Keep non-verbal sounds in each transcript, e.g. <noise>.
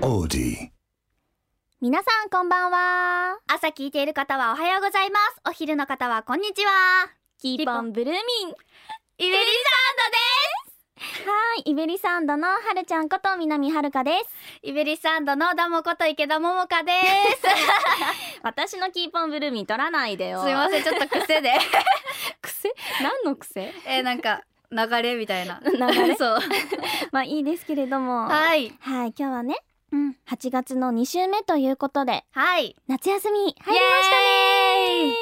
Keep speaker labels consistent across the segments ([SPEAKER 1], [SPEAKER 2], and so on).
[SPEAKER 1] melody.
[SPEAKER 2] 皆さんこんばんは。朝聞いている方はおはようございます。お昼の方はこんにちは。キ
[SPEAKER 3] リボン
[SPEAKER 2] ブルーミン。イベリサンドです。はい、イベリサンドのはるちゃんこと南はるかです。イベリサンドのダモこと池田桃香です。
[SPEAKER 3] <laughs> 私のキーポンブルーミン取らないでよ
[SPEAKER 2] すいません、ちょっと癖
[SPEAKER 3] <laughs>
[SPEAKER 2] で。
[SPEAKER 3] 癖何の癖
[SPEAKER 2] えー、なんか流れみたいな。
[SPEAKER 3] 流れ
[SPEAKER 2] そう。
[SPEAKER 3] まあいいですけれどもはい
[SPEAKER 2] はい。
[SPEAKER 3] 今日はね
[SPEAKER 2] うん。
[SPEAKER 3] 8月の2週目ということで
[SPEAKER 2] はい。
[SPEAKER 3] 夏休み入りましたね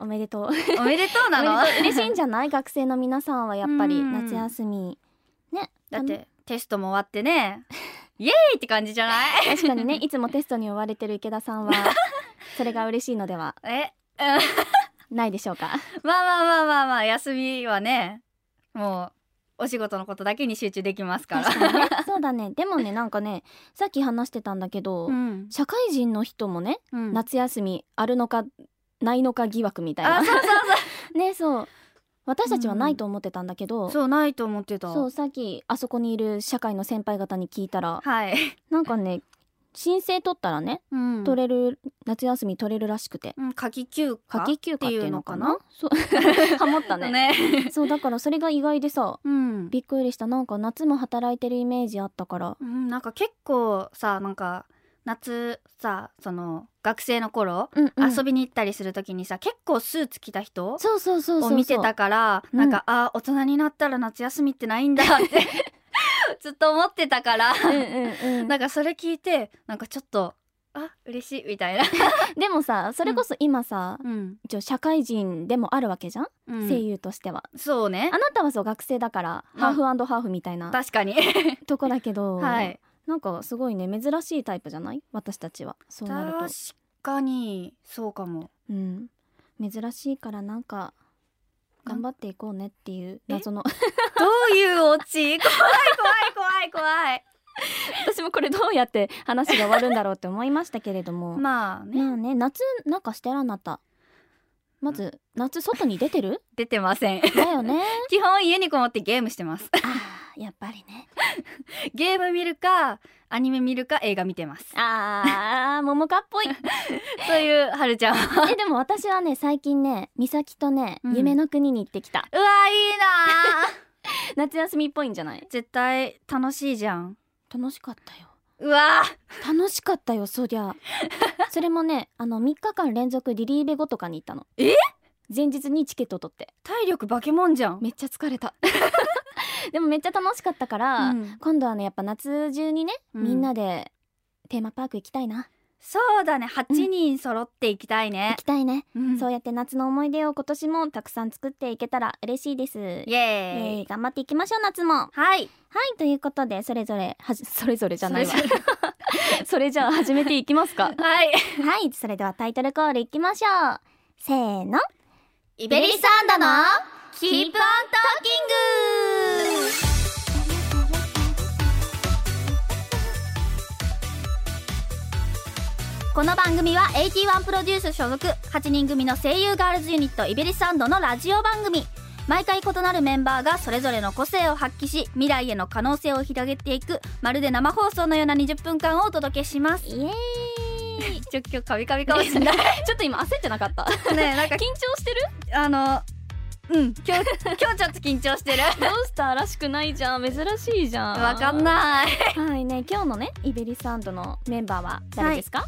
[SPEAKER 3] おめでとう
[SPEAKER 2] おめでとうなの
[SPEAKER 3] おめでとう嬉しいんじゃない学生の皆さんはやっぱり
[SPEAKER 2] うん
[SPEAKER 3] 夏休みね
[SPEAKER 2] だってテストも終わっ
[SPEAKER 3] <laughs>
[SPEAKER 2] てね。イエーイって感じじゃない
[SPEAKER 3] あの確かにねいつもテストに追われてる池田さんはそれが嬉しいのでは
[SPEAKER 2] <laughs> え
[SPEAKER 3] ないでしょうか
[SPEAKER 2] まあまあまあまあまあ休みはねもうお仕事のことだけに集中できますから
[SPEAKER 3] 確かにねそうだねでもねなんかねさっき話してたんだけど、
[SPEAKER 2] ん、
[SPEAKER 3] 社会人の人もね
[SPEAKER 2] うん
[SPEAKER 3] 夏休みあるのかないのか疑惑みたい
[SPEAKER 2] あ
[SPEAKER 3] な
[SPEAKER 2] そうそ
[SPEAKER 3] <laughs>
[SPEAKER 2] う
[SPEAKER 3] ねそう私たちはないと思ってたんだけど、
[SPEAKER 2] そうそうないと思ってた
[SPEAKER 3] そうさっきあそこにいる社会の先輩方に聞いたら
[SPEAKER 2] はい、
[SPEAKER 3] なんかね申請取ったらね
[SPEAKER 2] うん
[SPEAKER 3] 取れる夏休み取れるらしくて
[SPEAKER 2] うん夏季休暇
[SPEAKER 3] 夏季休暇っていうのかなそうハモった
[SPEAKER 2] だね
[SPEAKER 3] ねそうだからそれが意外でさ
[SPEAKER 2] うん、
[SPEAKER 3] びっくりしたなんか夏も働いてるイメージあったから
[SPEAKER 2] うん、なんか結構さなんか夏さその学生の頃、
[SPEAKER 3] うんうん
[SPEAKER 2] 遊びに行ったりするときにさ結構スーツ着た人
[SPEAKER 3] そうそうそうそうそ
[SPEAKER 2] を
[SPEAKER 3] う
[SPEAKER 2] 見てたから
[SPEAKER 3] うん
[SPEAKER 2] なんか、あ大人になったら夏休みってないんだって <laughs> ずっと思ってたから
[SPEAKER 3] うんうん <laughs> うん
[SPEAKER 2] なんかそれ聞いてなんかちょっとあ嬉しいみたいな、
[SPEAKER 3] でもさそれこそ今さ、
[SPEAKER 2] うん
[SPEAKER 3] 一応社会人でもあるわけじゃん、声優としては
[SPEAKER 2] そうね
[SPEAKER 3] あなたはそう学生だから
[SPEAKER 2] ま
[SPEAKER 3] ハ
[SPEAKER 2] あ
[SPEAKER 3] ーフハーフみたいな
[SPEAKER 2] 確かに
[SPEAKER 3] とこだけど、
[SPEAKER 2] はい
[SPEAKER 3] なんかすごいね珍しいタイプじゃない私たちはそうなると
[SPEAKER 2] 確、かにそうかも
[SPEAKER 3] うん、珍しいからなんか頑張っていこうねっていう謎の <laughs>
[SPEAKER 2] どういうオチ怖い怖い怖い
[SPEAKER 3] <laughs>
[SPEAKER 2] 怖い
[SPEAKER 3] 私もこれどうやって話が終わるんだろうって思いましたけれども <laughs> ま
[SPEAKER 2] まあね
[SPEAKER 3] あね夏なんかしてらんなったまず夏外に出てる
[SPEAKER 2] 出てません
[SPEAKER 3] だよね
[SPEAKER 2] 基本家にこもってゲームしてます
[SPEAKER 3] <laughs>
[SPEAKER 2] <laughs>
[SPEAKER 3] あーやっぱりね
[SPEAKER 2] ゲーム見るかアニメ見るか映画見てます
[SPEAKER 3] あー桃かっ <laughs> ぽい
[SPEAKER 2] そういうはるちゃんは
[SPEAKER 3] えでも私はね最近ね美咲とね、
[SPEAKER 2] うん
[SPEAKER 3] 夢の国に行ってきた
[SPEAKER 2] <laughs> うわいいなー
[SPEAKER 3] 夏休みっぽいんじゃない
[SPEAKER 2] <laughs> 絶対楽しいじゃん
[SPEAKER 3] 楽しかったよ
[SPEAKER 2] うわ
[SPEAKER 3] 楽しかったよそり <laughs> ゃそれもねあの3日間連続リリーベ後とかに行ったの
[SPEAKER 2] え
[SPEAKER 3] 前日にチケット取って
[SPEAKER 2] 体力化け物じゃん、
[SPEAKER 3] めっちゃ疲れた <laughs> でもめっちゃ楽しかったから、
[SPEAKER 2] うん
[SPEAKER 3] 今度はねやっぱ夏中にね、
[SPEAKER 2] うん
[SPEAKER 3] みんなでテーマパーク行きたいな
[SPEAKER 2] そうだね8人揃っていきたい
[SPEAKER 3] 行
[SPEAKER 2] ね
[SPEAKER 3] き、たいね、
[SPEAKER 2] うん
[SPEAKER 3] そうやって夏の思い出を今年もたくさん作っていけたら嬉しいですイエ
[SPEAKER 2] イエーイ
[SPEAKER 3] ーイ頑張っていきましょう夏も
[SPEAKER 2] はい
[SPEAKER 3] はいということでそれぞれはじそれぞれじゃないわ
[SPEAKER 2] それ
[SPEAKER 3] <laughs> それじゃあ始めていきますか
[SPEAKER 2] はい
[SPEAKER 3] <laughs> はいそれではタイトルコールいきましょうせーの
[SPEAKER 2] イ
[SPEAKER 3] ベリサンドの
[SPEAKER 2] Keep on Talking この番組は81プロデュース所属8人組の声優ガールズユニットイベリサンドのラジオ番組毎回異なるメンバーがそれぞれの個性を発揮し未来への可能性を広げていくまるで生放送のような20分間をお届けします
[SPEAKER 3] イエーイ
[SPEAKER 2] ちょ今日カビカビかもしれないね
[SPEAKER 3] <laughs> ちょっと今焦ってなかった <laughs> 緊
[SPEAKER 2] <laughs> えなん
[SPEAKER 3] 張
[SPEAKER 2] か
[SPEAKER 3] してる
[SPEAKER 2] あのうん <laughs> 今日今日ちょっと緊張してる <laughs>
[SPEAKER 3] どうしたらしくないじゃん珍しいじゃん
[SPEAKER 2] わかんない
[SPEAKER 3] はいね今日のねイベリサンドのメンバーは誰ですか、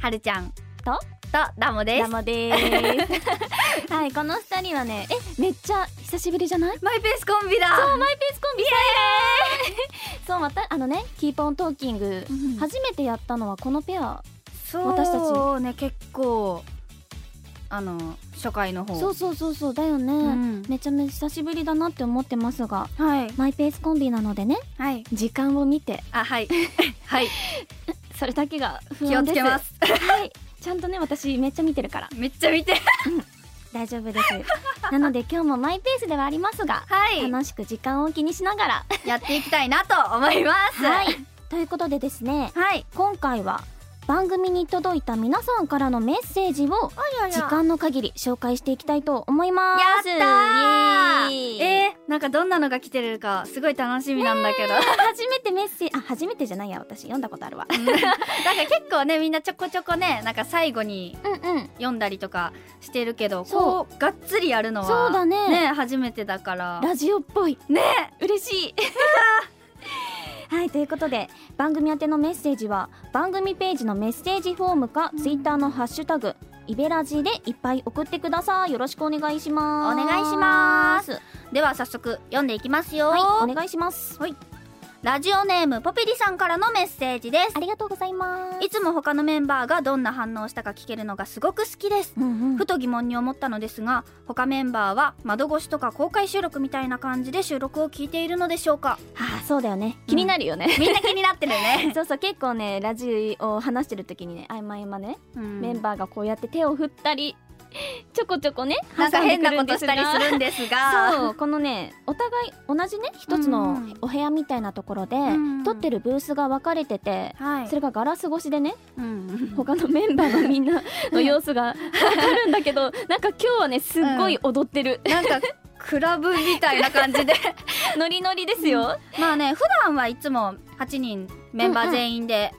[SPEAKER 2] はるちゃん
[SPEAKER 3] と
[SPEAKER 2] とダモです
[SPEAKER 3] ラモでー <laughs> すはいこの二人はねえめっちゃ久しぶりじゃない
[SPEAKER 2] マイペースコンビだ
[SPEAKER 3] そうマイペースコンビイエーイそうまたあのねキーポントーキング
[SPEAKER 2] うん
[SPEAKER 3] 初めてやったのはこのペア
[SPEAKER 2] そう
[SPEAKER 3] 私たち
[SPEAKER 2] ね結構あの初回の方
[SPEAKER 3] そうそうそうそうだよね、めちゃめちゃ久しぶりだなって思ってますが
[SPEAKER 2] はい
[SPEAKER 3] マイペースコンビなのでね
[SPEAKER 2] はい
[SPEAKER 3] 時間を見て
[SPEAKER 2] あはい <laughs> はい
[SPEAKER 3] それだけが不
[SPEAKER 2] 気を
[SPEAKER 3] 安
[SPEAKER 2] つ
[SPEAKER 3] です
[SPEAKER 2] けます
[SPEAKER 3] はいちゃんとね私めっちゃ見てるから
[SPEAKER 2] めっちゃ見て
[SPEAKER 3] 大丈夫です <laughs> なので今日もマイペースではありますが
[SPEAKER 2] はい
[SPEAKER 3] 楽しく時間を気にしながら
[SPEAKER 2] やっていきたいなと思います
[SPEAKER 3] はいということでですね
[SPEAKER 2] はい
[SPEAKER 3] 今回は番組に届いた皆さんからのメッセージを時間の限り紹介していきたいと思いま
[SPEAKER 2] やっ
[SPEAKER 3] す
[SPEAKER 2] た
[SPEAKER 3] イエー
[SPEAKER 2] ー
[SPEAKER 3] イ
[SPEAKER 2] えー、なんかどんなのが来てるかすごい楽しみなんだけど、
[SPEAKER 3] 初めてメッセージあ初めてじゃないや私読んだことあるわ
[SPEAKER 2] <laughs> なんか結構ねみんなちょこちょこねなんか最後に
[SPEAKER 3] うんうん
[SPEAKER 2] 読んだりとかしてるけど
[SPEAKER 3] そ
[SPEAKER 2] こうがっつりやるのは
[SPEAKER 3] そうだね
[SPEAKER 2] ね初めてだから
[SPEAKER 3] ラジオっぽい
[SPEAKER 2] ね
[SPEAKER 3] 嬉しい <laughs> はいということで番組宛てのメッセージは番組ページのメッセージフォームか、
[SPEAKER 2] うん
[SPEAKER 3] ツイッターのハッシュタグイベラジでいっぱい送ってくださいよろしくお願いします
[SPEAKER 2] お願いしますでは早速読んでいきますよ、
[SPEAKER 3] はいお願いします
[SPEAKER 2] ラジオネームポピリさんからのメッセージです
[SPEAKER 3] ありがとうございます
[SPEAKER 2] いつも他のメンバーがどんな反応をしたか聞けるのがすごく好きです
[SPEAKER 3] うんうん
[SPEAKER 2] ふと疑問に思ったのですが他メンバーは窓越しとか公開収録みたいな感じで収録を聞いているのでしょうか
[SPEAKER 3] あそうだよね気になるよね、
[SPEAKER 2] <laughs>
[SPEAKER 3] <laughs>
[SPEAKER 2] みんな気になってるね、
[SPEAKER 3] そうそう結構ねラジオを話してる時にねあいまいまね、
[SPEAKER 2] <laughs> うん
[SPEAKER 3] メンバーがこうやって手を振ったりちょこちょこね
[SPEAKER 2] なんか
[SPEAKER 3] 挟で
[SPEAKER 2] 変
[SPEAKER 3] く
[SPEAKER 2] な
[SPEAKER 3] る
[SPEAKER 2] こ
[SPEAKER 3] んで
[SPEAKER 2] と
[SPEAKER 3] す
[SPEAKER 2] し
[SPEAKER 3] が
[SPEAKER 2] たりするんですが
[SPEAKER 3] そうこのねお互い同じね一つの
[SPEAKER 2] うん
[SPEAKER 3] お部屋みたいなところで、
[SPEAKER 2] ん
[SPEAKER 3] 撮ってるブースが分かれてて、
[SPEAKER 2] はい
[SPEAKER 3] それがガラス越しでね
[SPEAKER 2] うん
[SPEAKER 3] 他のメンバーのみんなの様子が分かるんだけどなんか今日はねすっごい踊ってる、
[SPEAKER 2] なんかクラブみたいな感じで
[SPEAKER 3] ノリノリですよ、
[SPEAKER 2] まあね普段はいつも8人メンバー全員で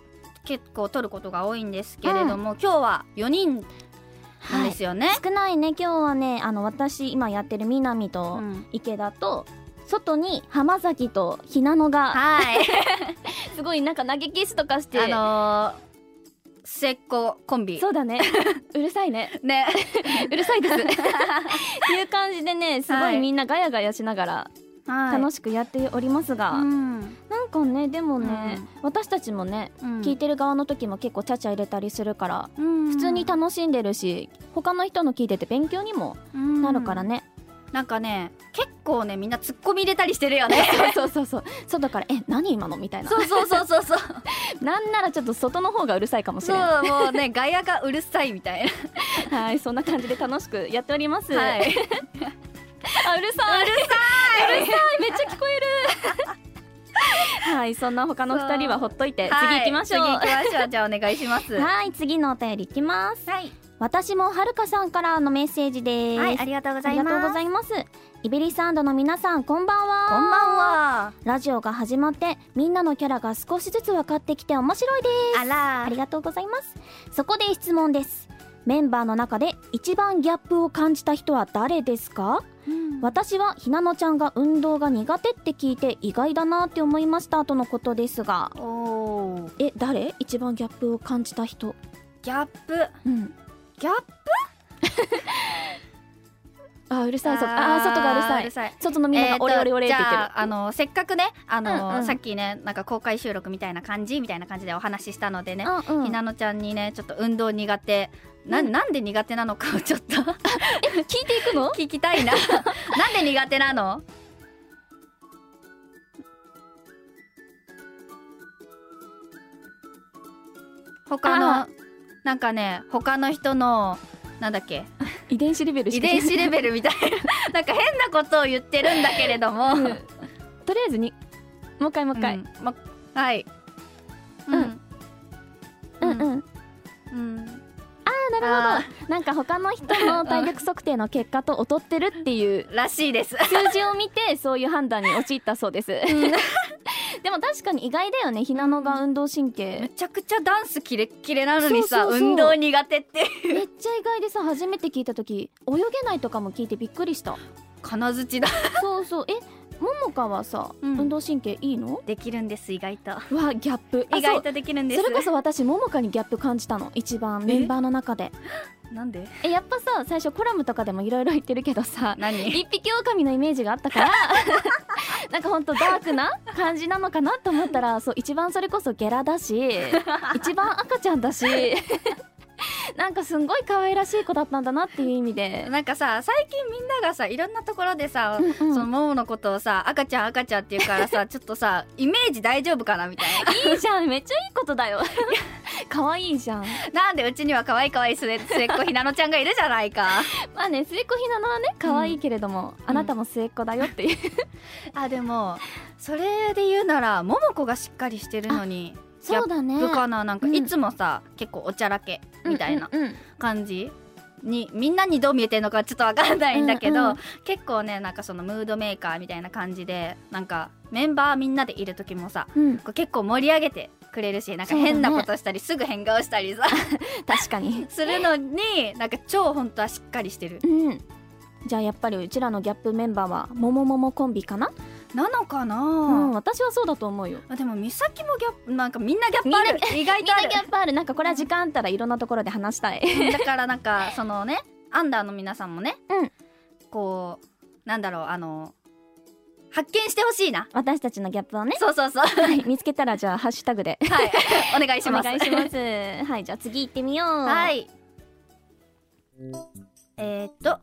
[SPEAKER 2] 結構撮ることが多いんですけれども、今日は4人なんですよね、
[SPEAKER 3] 少ないね今日はねあの私今やってる南と
[SPEAKER 2] うん
[SPEAKER 3] 池田と、外に浜崎とひなのが
[SPEAKER 2] はい
[SPEAKER 3] <laughs> すごいなんか投げキスとかして、
[SPEAKER 2] あのー、末っ子コンビ
[SPEAKER 3] そうだ
[SPEAKER 2] <laughs>
[SPEAKER 3] ねうるさいね
[SPEAKER 2] ね
[SPEAKER 3] うるさ <laughs> いですっていう感じでねすご
[SPEAKER 2] はいい
[SPEAKER 3] みんなガヤガヤしながら
[SPEAKER 2] 楽
[SPEAKER 3] 楽
[SPEAKER 2] し
[SPEAKER 3] しくやっておりますが、
[SPEAKER 2] うん
[SPEAKER 3] なんかねでもね、私たちもね聞い
[SPEAKER 2] て、
[SPEAKER 3] てる側の時も結構ちゃちゃ入れたりするから、
[SPEAKER 2] うん
[SPEAKER 3] 普通に楽しんでるし他の人の聞いてて勉強にも
[SPEAKER 2] うん
[SPEAKER 3] なるからね、
[SPEAKER 2] なんかね結構ねみんなツッコミ入れたりしてる
[SPEAKER 3] <laughs>
[SPEAKER 2] よね
[SPEAKER 3] そうそうそうそうだからえ何今のみたいな
[SPEAKER 2] そうそうそうそうそう
[SPEAKER 3] なんならちょっと外の方がうるさいかもしれな
[SPEAKER 2] <laughs> そうもうね外野がうるさいみたいな
[SPEAKER 3] いはいそんな感じで楽しくやっております、 <laughs>
[SPEAKER 2] はい
[SPEAKER 3] あうるさいうるさいうるさいめっちゃ聞こえる <laughs> はいそんな他の二人はほっといて次行きましょう
[SPEAKER 2] はい、次行きましょうじゃあお願いします
[SPEAKER 3] はい次のお便りいきます
[SPEAKER 2] はい、
[SPEAKER 3] 私もはるかさんからのメッセージです、
[SPEAKER 2] はい、ありがとうございます
[SPEAKER 3] ありがとうございますイベリサンドの皆さんこんばんは
[SPEAKER 2] こんばんは
[SPEAKER 3] ラジオが始まってみんなのキャラが少しずつ分かってきて面白いです
[SPEAKER 2] あら
[SPEAKER 3] ありがとうございますそこで質問ですメンバーの中で一番ギャップを感じた人は誰ですか
[SPEAKER 2] うん
[SPEAKER 3] 私はひなのちゃんが運動が苦手って聞いて意外だなって思いましたとのことですが
[SPEAKER 2] おー
[SPEAKER 3] え誰一番ギャップを感じた人
[SPEAKER 2] ギャップ
[SPEAKER 3] うん
[SPEAKER 2] ギャップ
[SPEAKER 3] あうるさい外あー外がうるさ
[SPEAKER 2] う
[SPEAKER 3] い
[SPEAKER 2] るさい
[SPEAKER 3] 外のみんながオレオレオレって言って
[SPEAKER 2] えーとじ
[SPEAKER 3] る
[SPEAKER 2] ゃああのせっかくねあの、
[SPEAKER 3] うんうん
[SPEAKER 2] さっきねなんか公開収録みたいな感じみたいな感じでお話ししたのでね、
[SPEAKER 3] うんうん
[SPEAKER 2] ひなのちゃんにねちょっと運動苦手な,、
[SPEAKER 3] うん
[SPEAKER 2] ん、なんで苦手なのかをちょっと
[SPEAKER 3] 聞いていくの
[SPEAKER 2] 聞きた
[SPEAKER 3] <laughs>
[SPEAKER 2] いななんで苦手なの他
[SPEAKER 3] あ
[SPEAKER 2] のなんかね他の人のなんだっけ
[SPEAKER 3] 遺伝子レベル
[SPEAKER 2] 遺伝子レベルみたい
[SPEAKER 3] <laughs>
[SPEAKER 2] ななんか変なことを言ってるんだけれども、
[SPEAKER 3] うん <laughs> とりあえずにもう一回もう一回、
[SPEAKER 2] うんま、はい。
[SPEAKER 3] うん。
[SPEAKER 2] う
[SPEAKER 3] うんん、うん
[SPEAKER 2] うん。
[SPEAKER 3] あな
[SPEAKER 2] あ
[SPEAKER 3] るほどなんか他の人の体力測定の結果と劣ってるっていう
[SPEAKER 2] ーらしいです。
[SPEAKER 3] 数字を見てそういう判断に陥ったそうです <laughs> でも確かに意外だよねひなのが運動神
[SPEAKER 2] め
[SPEAKER 3] 経
[SPEAKER 2] ちゃくちゃダンスキレッキレなのにさ、
[SPEAKER 3] そうそうそう
[SPEAKER 2] 運動苦手って <laughs> いう
[SPEAKER 3] めっちゃ意外でさ初めて聞いた時泳げないとかも聞いてびっくりした
[SPEAKER 2] 金槌だ。
[SPEAKER 3] そうそうえももかはさ、
[SPEAKER 2] うん
[SPEAKER 3] 運動神経いいの
[SPEAKER 2] できるんです、意外と。
[SPEAKER 3] わギャップあ
[SPEAKER 2] 意外とできるん
[SPEAKER 3] そ
[SPEAKER 2] で
[SPEAKER 3] う
[SPEAKER 2] す。
[SPEAKER 3] それこそ私ももかにギャップ感じたの一番メンバーの中で
[SPEAKER 2] なんで
[SPEAKER 3] えやっぱさ最初コラムとかでもいろいろ言ってるけどさ
[SPEAKER 2] 何
[SPEAKER 3] 一匹狼のイメージがあったから <laughs> なんかほんとダークな感じなのかなと思ったらそう一番それこそゲラだし一番赤ちゃん <laughs> だしなんかすんごい可愛らしい子だったんだなっていう意味で、
[SPEAKER 2] なんかさ、最近みんながさ、いろんなところでさ、
[SPEAKER 3] うん
[SPEAKER 2] そ
[SPEAKER 3] うん
[SPEAKER 2] のモモのことをさ赤ちゃん赤ちゃんって言うから <laughs> さちょっとさイメージ大丈夫かなみたい
[SPEAKER 3] いいじゃんめっちゃいいことだよ <laughs> 可愛いじゃん
[SPEAKER 2] ななんでうちには可愛い可愛い末末っ子ひなのちゃんがいるじゃない <laughs> か
[SPEAKER 3] まあね末っ子ひなのはね可愛いけれども、あなたも末っ子だよっていう、
[SPEAKER 2] あでもそれで言うならももこがしっかりしてるのに
[SPEAKER 3] そうだね
[SPEAKER 2] 部かななんか
[SPEAKER 3] うん
[SPEAKER 2] いつもさ、結構おちゃらけみたいな
[SPEAKER 3] うんうんうん
[SPEAKER 2] 感じにみんなにどう見えてるのかちょっとわかんないんだけど、
[SPEAKER 3] うんうん
[SPEAKER 2] 結構ねなんかそのムードメーカーみたいな感じでなんかメンバーみんなでいる時もさ
[SPEAKER 3] うん、
[SPEAKER 2] こう結構盛り上げてくれるしなんか
[SPEAKER 3] そうだね
[SPEAKER 2] 変なことしたり、すぐ変顔し
[SPEAKER 3] <laughs>
[SPEAKER 2] たりさ
[SPEAKER 3] 確かに
[SPEAKER 2] するのになんか超本当はしっかりしてる
[SPEAKER 3] うんじゃあやっぱりうちらのギャップメンバーはももももコンビかな
[SPEAKER 2] なのかな、
[SPEAKER 3] うん私はそうだと思うよ
[SPEAKER 2] あでも美咲もギャップなんかみんなギャップある意外
[SPEAKER 3] みん
[SPEAKER 2] とあ
[SPEAKER 3] な
[SPEAKER 2] る
[SPEAKER 3] ギャップあるなんかこれは時間あったらいろんなところで話したい
[SPEAKER 2] だからなんかそのねアンダーの皆さんもね、
[SPEAKER 3] うん
[SPEAKER 2] こうなんだろうあの発見してほしいな
[SPEAKER 3] <laughs> 私たちのギャップをね、
[SPEAKER 2] そう
[SPEAKER 3] <laughs>
[SPEAKER 2] そうそうは
[SPEAKER 3] はい、見つけたらじゃあハッシュタグで
[SPEAKER 2] いお願いし
[SPEAKER 3] お
[SPEAKER 2] ます
[SPEAKER 3] 願いします <laughs> はいじゃあ次行ってみよう
[SPEAKER 2] <laughs> はいいえー、っと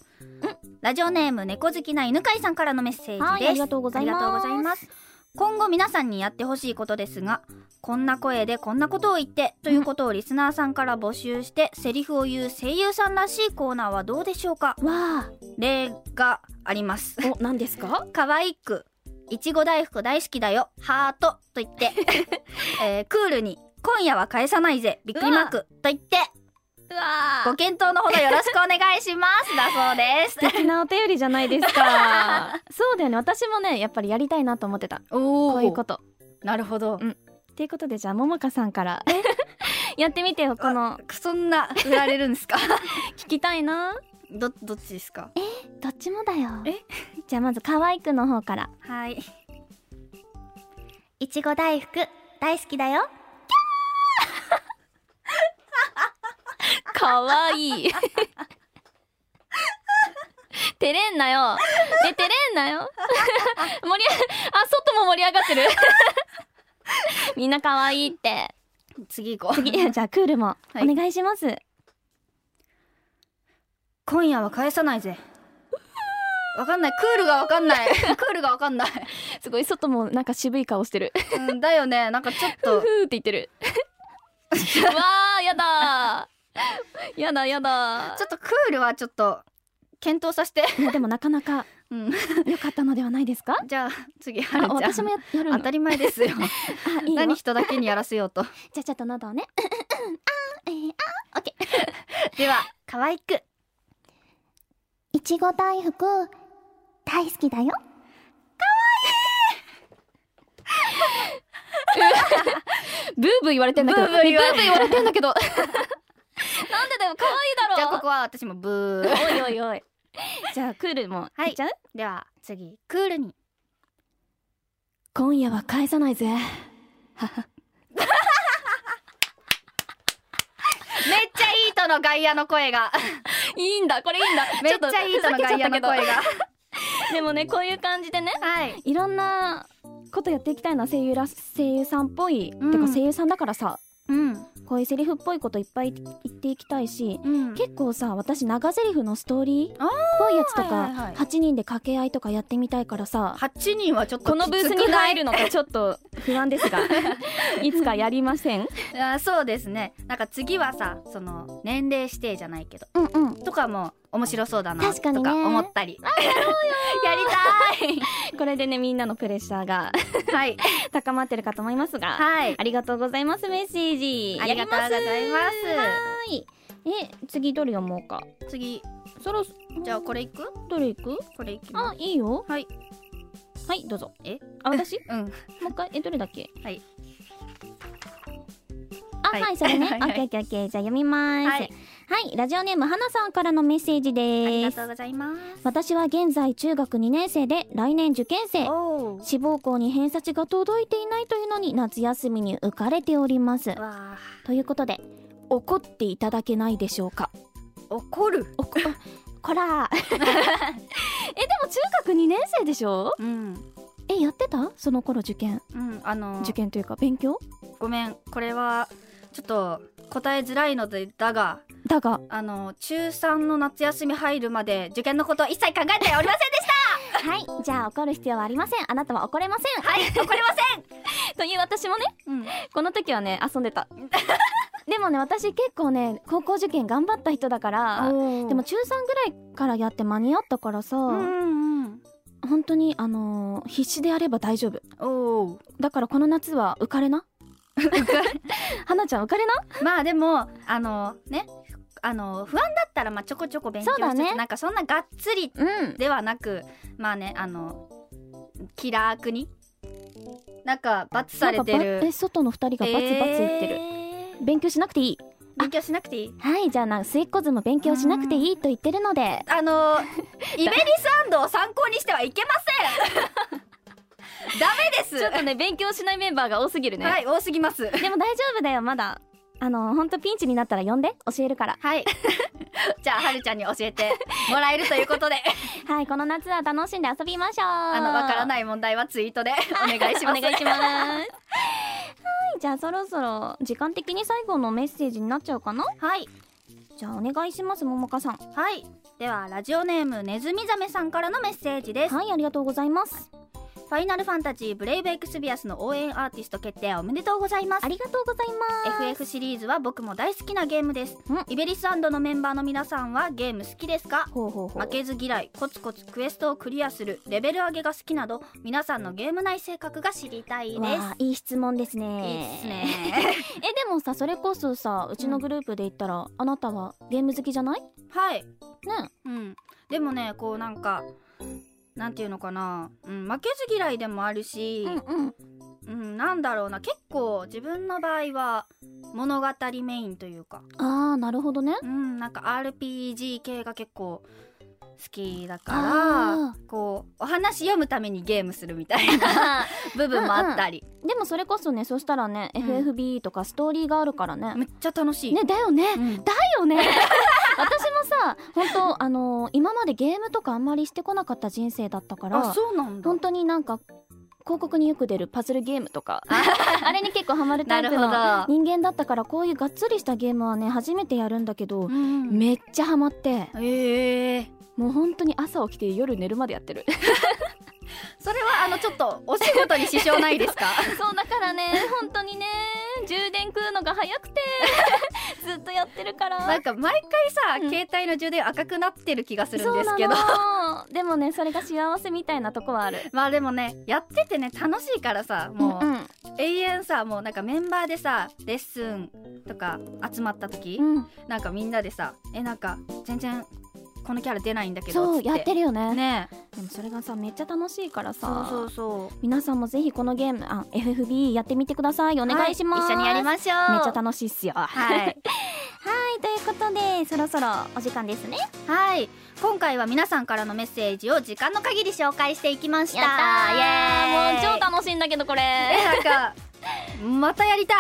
[SPEAKER 2] ラジオネーム猫好きな犬飼さんからのメッセージです、
[SPEAKER 3] はいありがとうございます
[SPEAKER 2] ありがとうございます今後皆さんにやってほしいことですがこんな声でこんなことを言ってということをリスナーさんから募集してセリフを言う声優さんらしいコーナーはどうでしょうか
[SPEAKER 3] わあ
[SPEAKER 2] 例があります
[SPEAKER 3] お何ですか
[SPEAKER 2] 可愛くいちご大福大好きだよハートと言 <laughs> って、えークールに今夜は返さないぜびっくりマークと言って
[SPEAKER 3] うわ
[SPEAKER 2] ご検討のほどよろしくお願いしますだそうです
[SPEAKER 3] 素敵なお便りじゃないです <laughs> かそうだよね私もねやっぱりやりたいなと思ってた
[SPEAKER 2] <laughs> お
[SPEAKER 3] こういうこと
[SPEAKER 2] なるほど
[SPEAKER 3] っていうことでじゃあももかさんから <laughs> やってみてよこの
[SPEAKER 2] そんな売られるんですか
[SPEAKER 3] 聞きたいな
[SPEAKER 2] <laughs> どどっちですか
[SPEAKER 3] どっちもだよ
[SPEAKER 2] え
[SPEAKER 3] <laughs> じゃあまず可愛くの方から
[SPEAKER 2] はい
[SPEAKER 3] いちご大福大好きだよかわいい照れんなよね照れんなよ盛りああ外も盛り上がってるみんな可愛いって
[SPEAKER 2] 次行こう
[SPEAKER 3] 次じゃあクールもお
[SPEAKER 2] い
[SPEAKER 3] 願いします、
[SPEAKER 2] 今夜は返さないぜわかんないクールがわかん <laughs> ないクールがわかんない、
[SPEAKER 3] すごい外もなんか渋い顔してる
[SPEAKER 2] うん、だよねなんかちょっ
[SPEAKER 3] ふう
[SPEAKER 2] と
[SPEAKER 3] ふうって言ってるうわーやだーやだやだ
[SPEAKER 2] ちょっとクールはちょっと検討させて
[SPEAKER 3] いやでもなかなか
[SPEAKER 2] うん
[SPEAKER 3] 良かったのではないですか
[SPEAKER 2] じゃあ次は
[SPEAKER 3] あ
[SPEAKER 2] るちゃん
[SPEAKER 3] 私もややるの
[SPEAKER 2] 当たり前ですよ
[SPEAKER 3] あいいよ
[SPEAKER 2] 何人だけにやらせようと
[SPEAKER 3] じゃあちょっと喉をねあー、えー、あーオッケー
[SPEAKER 2] では可愛く
[SPEAKER 3] いちご大福大好きだよかわい <laughs> いブーブー言われてんだけど
[SPEAKER 2] ブーブー言わ
[SPEAKER 3] ね
[SPEAKER 2] れ
[SPEAKER 3] ブーブー言われてんだけど <laughs> なんでだよ可愛い
[SPEAKER 2] じ
[SPEAKER 3] だ
[SPEAKER 2] ゃあ
[SPEAKER 3] ろ
[SPEAKER 2] ここは私もブー
[SPEAKER 3] おいおいおいじゃあクールも
[SPEAKER 2] はい
[SPEAKER 3] いっちゃう、
[SPEAKER 2] では次クールに
[SPEAKER 3] 今夜は返さないぜ
[SPEAKER 2] めっちゃいいとの外野の声が
[SPEAKER 3] いいんだこれいいんだ
[SPEAKER 2] めっちゃいいとの外野の声が
[SPEAKER 3] でもねこういう感じでね
[SPEAKER 2] はい
[SPEAKER 3] いろんなことやっていきたいな声優ら声優さんっぽい、
[SPEAKER 2] うん
[SPEAKER 3] てか声優さんだからさ
[SPEAKER 2] うん
[SPEAKER 3] こういうセリフっぽいこといっぱい言っていきたいし
[SPEAKER 2] うん
[SPEAKER 3] 結構さ私長セリフのストーリーっ
[SPEAKER 2] あー
[SPEAKER 3] ぽいやつとか、
[SPEAKER 2] はいはいはい
[SPEAKER 3] 8人で掛け合いとかやってみたいからさ
[SPEAKER 2] 8人はちょっと
[SPEAKER 3] このブース
[SPEAKER 2] きつ
[SPEAKER 3] に
[SPEAKER 2] くない
[SPEAKER 3] 入るの <laughs> かちょっと不安 <laughs> ですがいつかやりません
[SPEAKER 2] あそうですねなんか次はさその年齢指定じゃないけど
[SPEAKER 3] うんうん
[SPEAKER 2] とかも面白そうだな
[SPEAKER 3] 確かにね
[SPEAKER 2] とか思った
[SPEAKER 3] <laughs>
[SPEAKER 2] りやり
[SPEAKER 3] これでねみんなのプレッシャーが <laughs>
[SPEAKER 2] たいはい
[SPEAKER 3] 高まってるかと思いますが、
[SPEAKER 2] はい
[SPEAKER 3] ありがとうございますメッセージ
[SPEAKER 2] ありがとうございま
[SPEAKER 3] やりますはいえ次どれ読もうか
[SPEAKER 2] す次
[SPEAKER 3] そろ
[SPEAKER 2] じゃあこれいく
[SPEAKER 3] どれいく
[SPEAKER 2] これいきます
[SPEAKER 3] あいいよ
[SPEAKER 2] はい
[SPEAKER 3] はいどうぞ
[SPEAKER 2] え
[SPEAKER 3] あ私
[SPEAKER 2] うん
[SPEAKER 3] もう一回えどれだっけ
[SPEAKER 2] はい
[SPEAKER 3] あ
[SPEAKER 2] は
[SPEAKER 3] <laughs> はいい、それねオ
[SPEAKER 2] はい
[SPEAKER 3] ッケーオッケーオッケーじゃあ読みます
[SPEAKER 2] は
[SPEAKER 3] はいい、ラジオネームはなさんからのメッセージ
[SPEAKER 2] あり
[SPEAKER 3] で
[SPEAKER 2] が
[SPEAKER 3] す
[SPEAKER 2] とうございます
[SPEAKER 3] 私は現在中学2年生で来年受験生
[SPEAKER 2] お
[SPEAKER 3] 志望校に偏差値が届いていないというのに夏休みに浮かれております
[SPEAKER 2] おわあ
[SPEAKER 3] ということで怒っていただけないでしょうか
[SPEAKER 2] 怒る
[SPEAKER 3] おここら <laughs> えでも中学2年生でしょ
[SPEAKER 2] うん
[SPEAKER 3] えやってたその頃受験
[SPEAKER 2] うんあの
[SPEAKER 3] 受験というか勉強
[SPEAKER 2] ごめんこれはちょっと答えづらいのでだが
[SPEAKER 3] だが
[SPEAKER 2] あの中3の夏休み入るまで受験のことは一切考えておりませんでし
[SPEAKER 3] はいじゃあ怒る必要はありませんあなたは怒れません
[SPEAKER 2] たはい怒りま
[SPEAKER 3] <laughs> という私もね
[SPEAKER 2] せん、うん、
[SPEAKER 3] この時はね遊んで <laughs> たでもね私結構ね高校受験頑張った人だから
[SPEAKER 2] で
[SPEAKER 3] でも中3ぐらいからやって間に合ったからさ、
[SPEAKER 2] うんうん
[SPEAKER 3] 本当にあのー必死でやれば大丈夫
[SPEAKER 2] おお
[SPEAKER 3] だからこの夏は浮かれな <laughs> 花ちゃん浮かれな
[SPEAKER 2] まあでもあのねあの不安だったらまあちょこちょこ勉強しつつ
[SPEAKER 3] そうだね
[SPEAKER 2] なんかそんながっつり
[SPEAKER 3] うん
[SPEAKER 2] ではなくまあねあの気楽になんか罰されて
[SPEAKER 3] なんかバ
[SPEAKER 2] る
[SPEAKER 3] え外の二人がバツバツ言ってる、
[SPEAKER 2] えー
[SPEAKER 3] 勉強しなくていい
[SPEAKER 2] 勉強しなくていい
[SPEAKER 3] はいじゃあな末っ子ずも勉強しなくていいと言ってるので <laughs>
[SPEAKER 2] あのイベリサンドを参考にしてはいけません <laughs> ダメです
[SPEAKER 3] ちょっとね勉強しないメンバーが多すぎるね、
[SPEAKER 2] はい多すぎます
[SPEAKER 3] でも大丈夫だよまだあのほんとピンチになったら呼んで教えるから <laughs>
[SPEAKER 2] はいじゃあはるちゃんに教えてもらえるということで
[SPEAKER 3] はいこの夏は楽しんで遊びましょう
[SPEAKER 2] あ
[SPEAKER 3] あ
[SPEAKER 2] のわから
[SPEAKER 3] い
[SPEAKER 2] ない問題はツイー <laughs> トでお願いし
[SPEAKER 3] お
[SPEAKER 2] ます
[SPEAKER 3] 願いし
[SPEAKER 2] <laughs>
[SPEAKER 3] ますはいじゃあそろそろ時間的に最後のメッセージになっちゃうかな
[SPEAKER 2] はい
[SPEAKER 3] じゃあお願いしますももかさん
[SPEAKER 2] はいではラジオネームねずみざめさんからのメッセージです
[SPEAKER 3] はいありがとうございます
[SPEAKER 2] ファイナルファンタジーブレイブエクスビアスの応援アーティスト決定おめでとうございます
[SPEAKER 3] ありがとうございます
[SPEAKER 2] FF シリーズは僕も大好きなゲームです
[SPEAKER 3] うん
[SPEAKER 2] イベリスのメンバーの皆さんはゲーム好きですか
[SPEAKER 3] ほうほうほう
[SPEAKER 2] 負けず嫌いコツコツクエストをクリアするレベル上げが好きなど皆さんのゲーム内性格が知りたいで
[SPEAKER 3] わあいい質問です
[SPEAKER 2] す
[SPEAKER 3] ね
[SPEAKER 2] いいっすね
[SPEAKER 3] えでもさそれこそさうちのグループで言ったら、あなたはゲーム好きじゃないね
[SPEAKER 2] はい
[SPEAKER 3] え
[SPEAKER 2] うん、でもねこうなんかなんていうのかな、うん、負けず嫌いでもあるし、
[SPEAKER 3] うんうん
[SPEAKER 2] うんなんだろうな結構自分の場合は物語メインというか、
[SPEAKER 3] あーなるほど <laughs> ね
[SPEAKER 2] うん、なんか RPG 系が結構好きだから
[SPEAKER 3] あ
[SPEAKER 2] こうお話読むためにゲームするみたいな <laughs> 部分もあったり、
[SPEAKER 3] でもそれこそねそしたらね、
[SPEAKER 2] ん
[SPEAKER 3] FFB とかストーリーがあるからね
[SPEAKER 2] めっちゃ楽しい。
[SPEAKER 3] ねだよね、
[SPEAKER 2] う
[SPEAKER 3] だ
[SPEAKER 2] ん
[SPEAKER 3] よね <laughs> 私もさ本当あのー今までゲームとかあんまりしてこなかった人生だったから
[SPEAKER 2] あそうなんだ
[SPEAKER 3] 本当になんか広告によく出るパズルゲームとか <laughs> あれに結構ハマるタイプの
[SPEAKER 2] なるほ
[SPEAKER 3] 人間だったからこういうがっつりしたゲームはね初めてやるんだけど、
[SPEAKER 2] うん
[SPEAKER 3] めっちゃハマって
[SPEAKER 2] ええ
[SPEAKER 3] もう本当に朝起きて夜寝るまでやってる
[SPEAKER 2] それはあのちょっとお仕事に支障ないですか
[SPEAKER 3] <laughs> そうだからね本当にね充電食うのが早くて <laughs> ずっとやってるから
[SPEAKER 2] なんか毎回さ、
[SPEAKER 3] うん
[SPEAKER 2] 携帯の充電赤くなってる気がする
[SPEAKER 3] そ
[SPEAKER 2] ん
[SPEAKER 3] う
[SPEAKER 2] ですけど
[SPEAKER 3] なの <laughs> でもねそれが幸せみたいなとこはある
[SPEAKER 2] <laughs> まあでもねやっててね楽しいからさもう、
[SPEAKER 3] うんうん
[SPEAKER 2] 永遠さもうなんかメンバーでさレッスンとか集まった時、
[SPEAKER 3] うん、
[SPEAKER 2] なんかみんなでさえなんか全然このキャラ出ないんだけど
[SPEAKER 3] そう
[SPEAKER 2] つ
[SPEAKER 3] やってるよね
[SPEAKER 2] ねえ
[SPEAKER 3] でもそれがさめっちゃ楽しいからさ
[SPEAKER 2] そうそうそう
[SPEAKER 3] 皆さんもぜひこのゲームあ FFB やってみてくださいお願いします、
[SPEAKER 2] は一緒にやりましょう
[SPEAKER 3] めっちゃ楽しいっすよ <laughs> はい
[SPEAKER 2] はい
[SPEAKER 3] ということでそろそろお時間ですね
[SPEAKER 2] はい今回は皆さんからのメッセージを時間の限り紹介していきましたイエーイ
[SPEAKER 3] もう超楽しいんだけどこれ
[SPEAKER 2] えなんかまたやりたい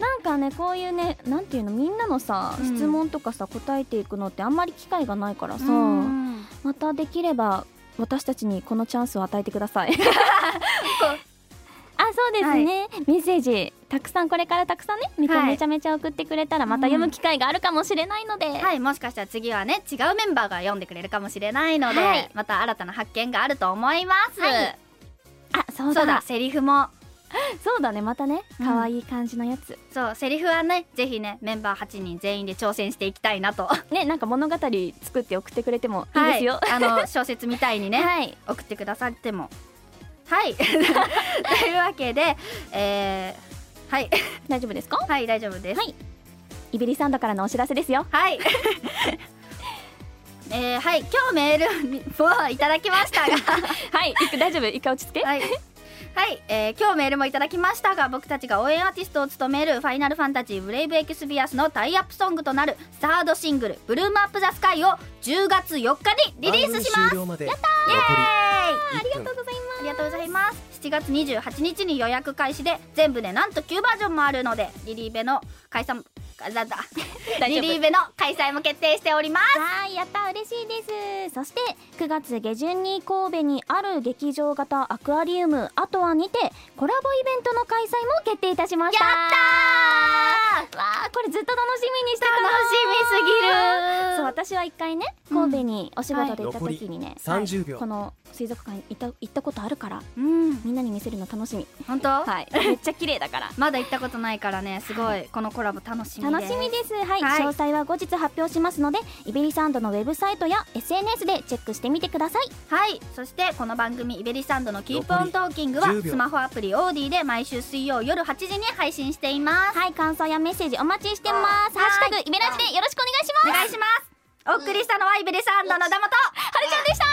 [SPEAKER 3] なんかねこういうねなんていうのみんなのさ、
[SPEAKER 2] うん
[SPEAKER 3] 質問とかさ答えていくのってあんまり機会がないからさ、
[SPEAKER 2] うん
[SPEAKER 3] またできれば私たちにこのチャンスを与えてください <laughs> あそうですね、メッセージたくさんこれからたくさんねめちゃ
[SPEAKER 2] はい
[SPEAKER 3] めちゃめちゃ送ってくれたらまた読む機会があるかもしれないので、
[SPEAKER 2] はい、もしかしたら次はね違うメンバーが読んでくれるかもしれないので、
[SPEAKER 3] はい
[SPEAKER 2] また新たな発見があると思います、
[SPEAKER 3] はいあそうだ
[SPEAKER 2] そ
[SPEAKER 3] そうう
[SPEAKER 2] だ
[SPEAKER 3] だ
[SPEAKER 2] セリフも
[SPEAKER 3] ねまたね
[SPEAKER 2] うん
[SPEAKER 3] 可愛い感じのやつ、
[SPEAKER 2] そうセリフはねぜひねメンバー8人全員で挑戦していきたいなと
[SPEAKER 3] ねなんか物語作って送ってくれても <laughs> いいですよ、
[SPEAKER 2] はい、あの小説みたいにね、
[SPEAKER 3] はい
[SPEAKER 2] 送ってくださってもはい <laughs> というわけでえー、はい
[SPEAKER 3] 大丈夫ですか
[SPEAKER 2] はい大丈夫です
[SPEAKER 3] イビリサンドからのお知らせですよ
[SPEAKER 2] はい <laughs> えー、はい今日メールに <laughs> もいただきましたが
[SPEAKER 3] はいい大丈夫一回落ち着け
[SPEAKER 2] はい。はい、えー今日メールもいただきましたが僕たちが応援アーティストを務める「ファイナルファンタジーブレイブエクスビアス」のタイアップソングとなるサードシングル「ブルームアップ・ザ・スカイ」を10月4日にリリースします
[SPEAKER 1] すやったー
[SPEAKER 2] イエーイ
[SPEAKER 1] ありがとう
[SPEAKER 3] ございま
[SPEAKER 2] ありがとうございます7月28日に予約開始で全部でなんと9バージョンもあるのでリリーベの解散
[SPEAKER 3] <laughs>
[SPEAKER 2] あだだ
[SPEAKER 3] す
[SPEAKER 2] リリーベの開催も決定しております
[SPEAKER 3] はいやった嬉しいですそして9月下旬に神戸にある劇場型アクアリウムあとはにてコラボイベントの開催も決定いたしました
[SPEAKER 2] やった
[SPEAKER 3] わあこれずっと楽しみにしてた
[SPEAKER 2] 楽
[SPEAKER 3] の
[SPEAKER 2] しみすぎる
[SPEAKER 3] そう私は一回ね神戸にお仕事で行った
[SPEAKER 1] はい
[SPEAKER 3] 時にね、
[SPEAKER 1] 30秒
[SPEAKER 3] この水族館行った行ったことあるから
[SPEAKER 2] うん
[SPEAKER 3] みんなに見せるの楽しみ
[SPEAKER 2] 本当、
[SPEAKER 3] はい <laughs> めっちゃ綺麗だから
[SPEAKER 2] まだ行ったことないからねすごいこのコラボ楽しみ
[SPEAKER 3] 楽しみですはい、
[SPEAKER 2] はい
[SPEAKER 3] 詳細は後日発表しますのでイベリサンドのウェブサイトや SNS でチェックしてみてください
[SPEAKER 2] はいそしてこの番組「イベリサンドのキープオ
[SPEAKER 1] 残
[SPEAKER 2] ン
[SPEAKER 1] り
[SPEAKER 2] トーキング」は
[SPEAKER 1] 10秒
[SPEAKER 2] スマホアプリオーディで毎週水曜夜8時に配信しています
[SPEAKER 3] はい感想やメッセージお待ちしてます
[SPEAKER 2] は
[SPEAKER 3] ハ
[SPEAKER 2] い
[SPEAKER 3] ッシュタグイベラジでよろしくお願いします
[SPEAKER 2] お願いしますお送りしたのはイベリサンドのダマとはるちゃんでした